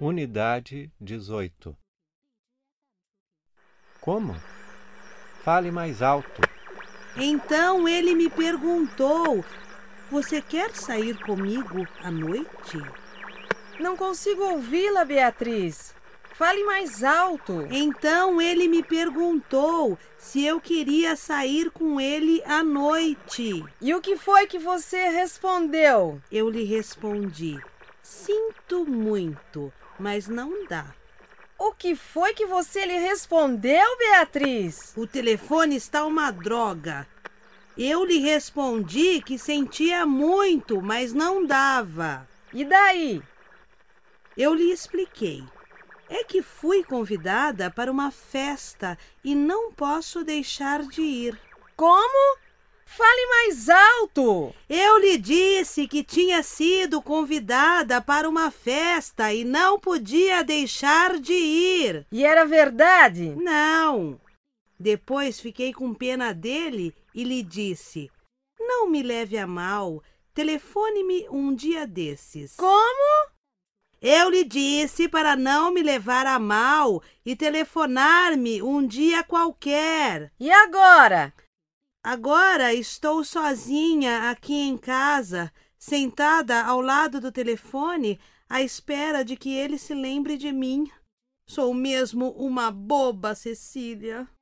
Unidade 18 Como? Fale mais alto. Então ele me perguntou: Você quer sair comigo à noite? Não consigo ouvi-la, Beatriz. Fale mais alto. Então ele me perguntou se eu queria sair com ele à noite. E o que foi que você respondeu? Eu lhe respondi: Sinto muito, mas não dá. O que foi que você lhe respondeu, Beatriz? O telefone está uma droga. Eu lhe respondi que sentia muito, mas não dava. E daí? Eu lhe expliquei. É que fui convidada para uma festa e não posso deixar de ir. Como? Fale mais alto! Eu lhe disse que tinha sido convidada para uma festa e não podia deixar de ir. E era verdade? Não. Depois fiquei com pena dele e lhe disse: Não me leve a mal, telefone-me um dia desses. Como? Eu lhe disse para não me levar a mal e telefonar-me um dia qualquer. E agora? Agora estou sozinha aqui em casa, sentada ao lado do telefone, à espera de que ele se lembre de mim. Sou mesmo uma boba, Cecília.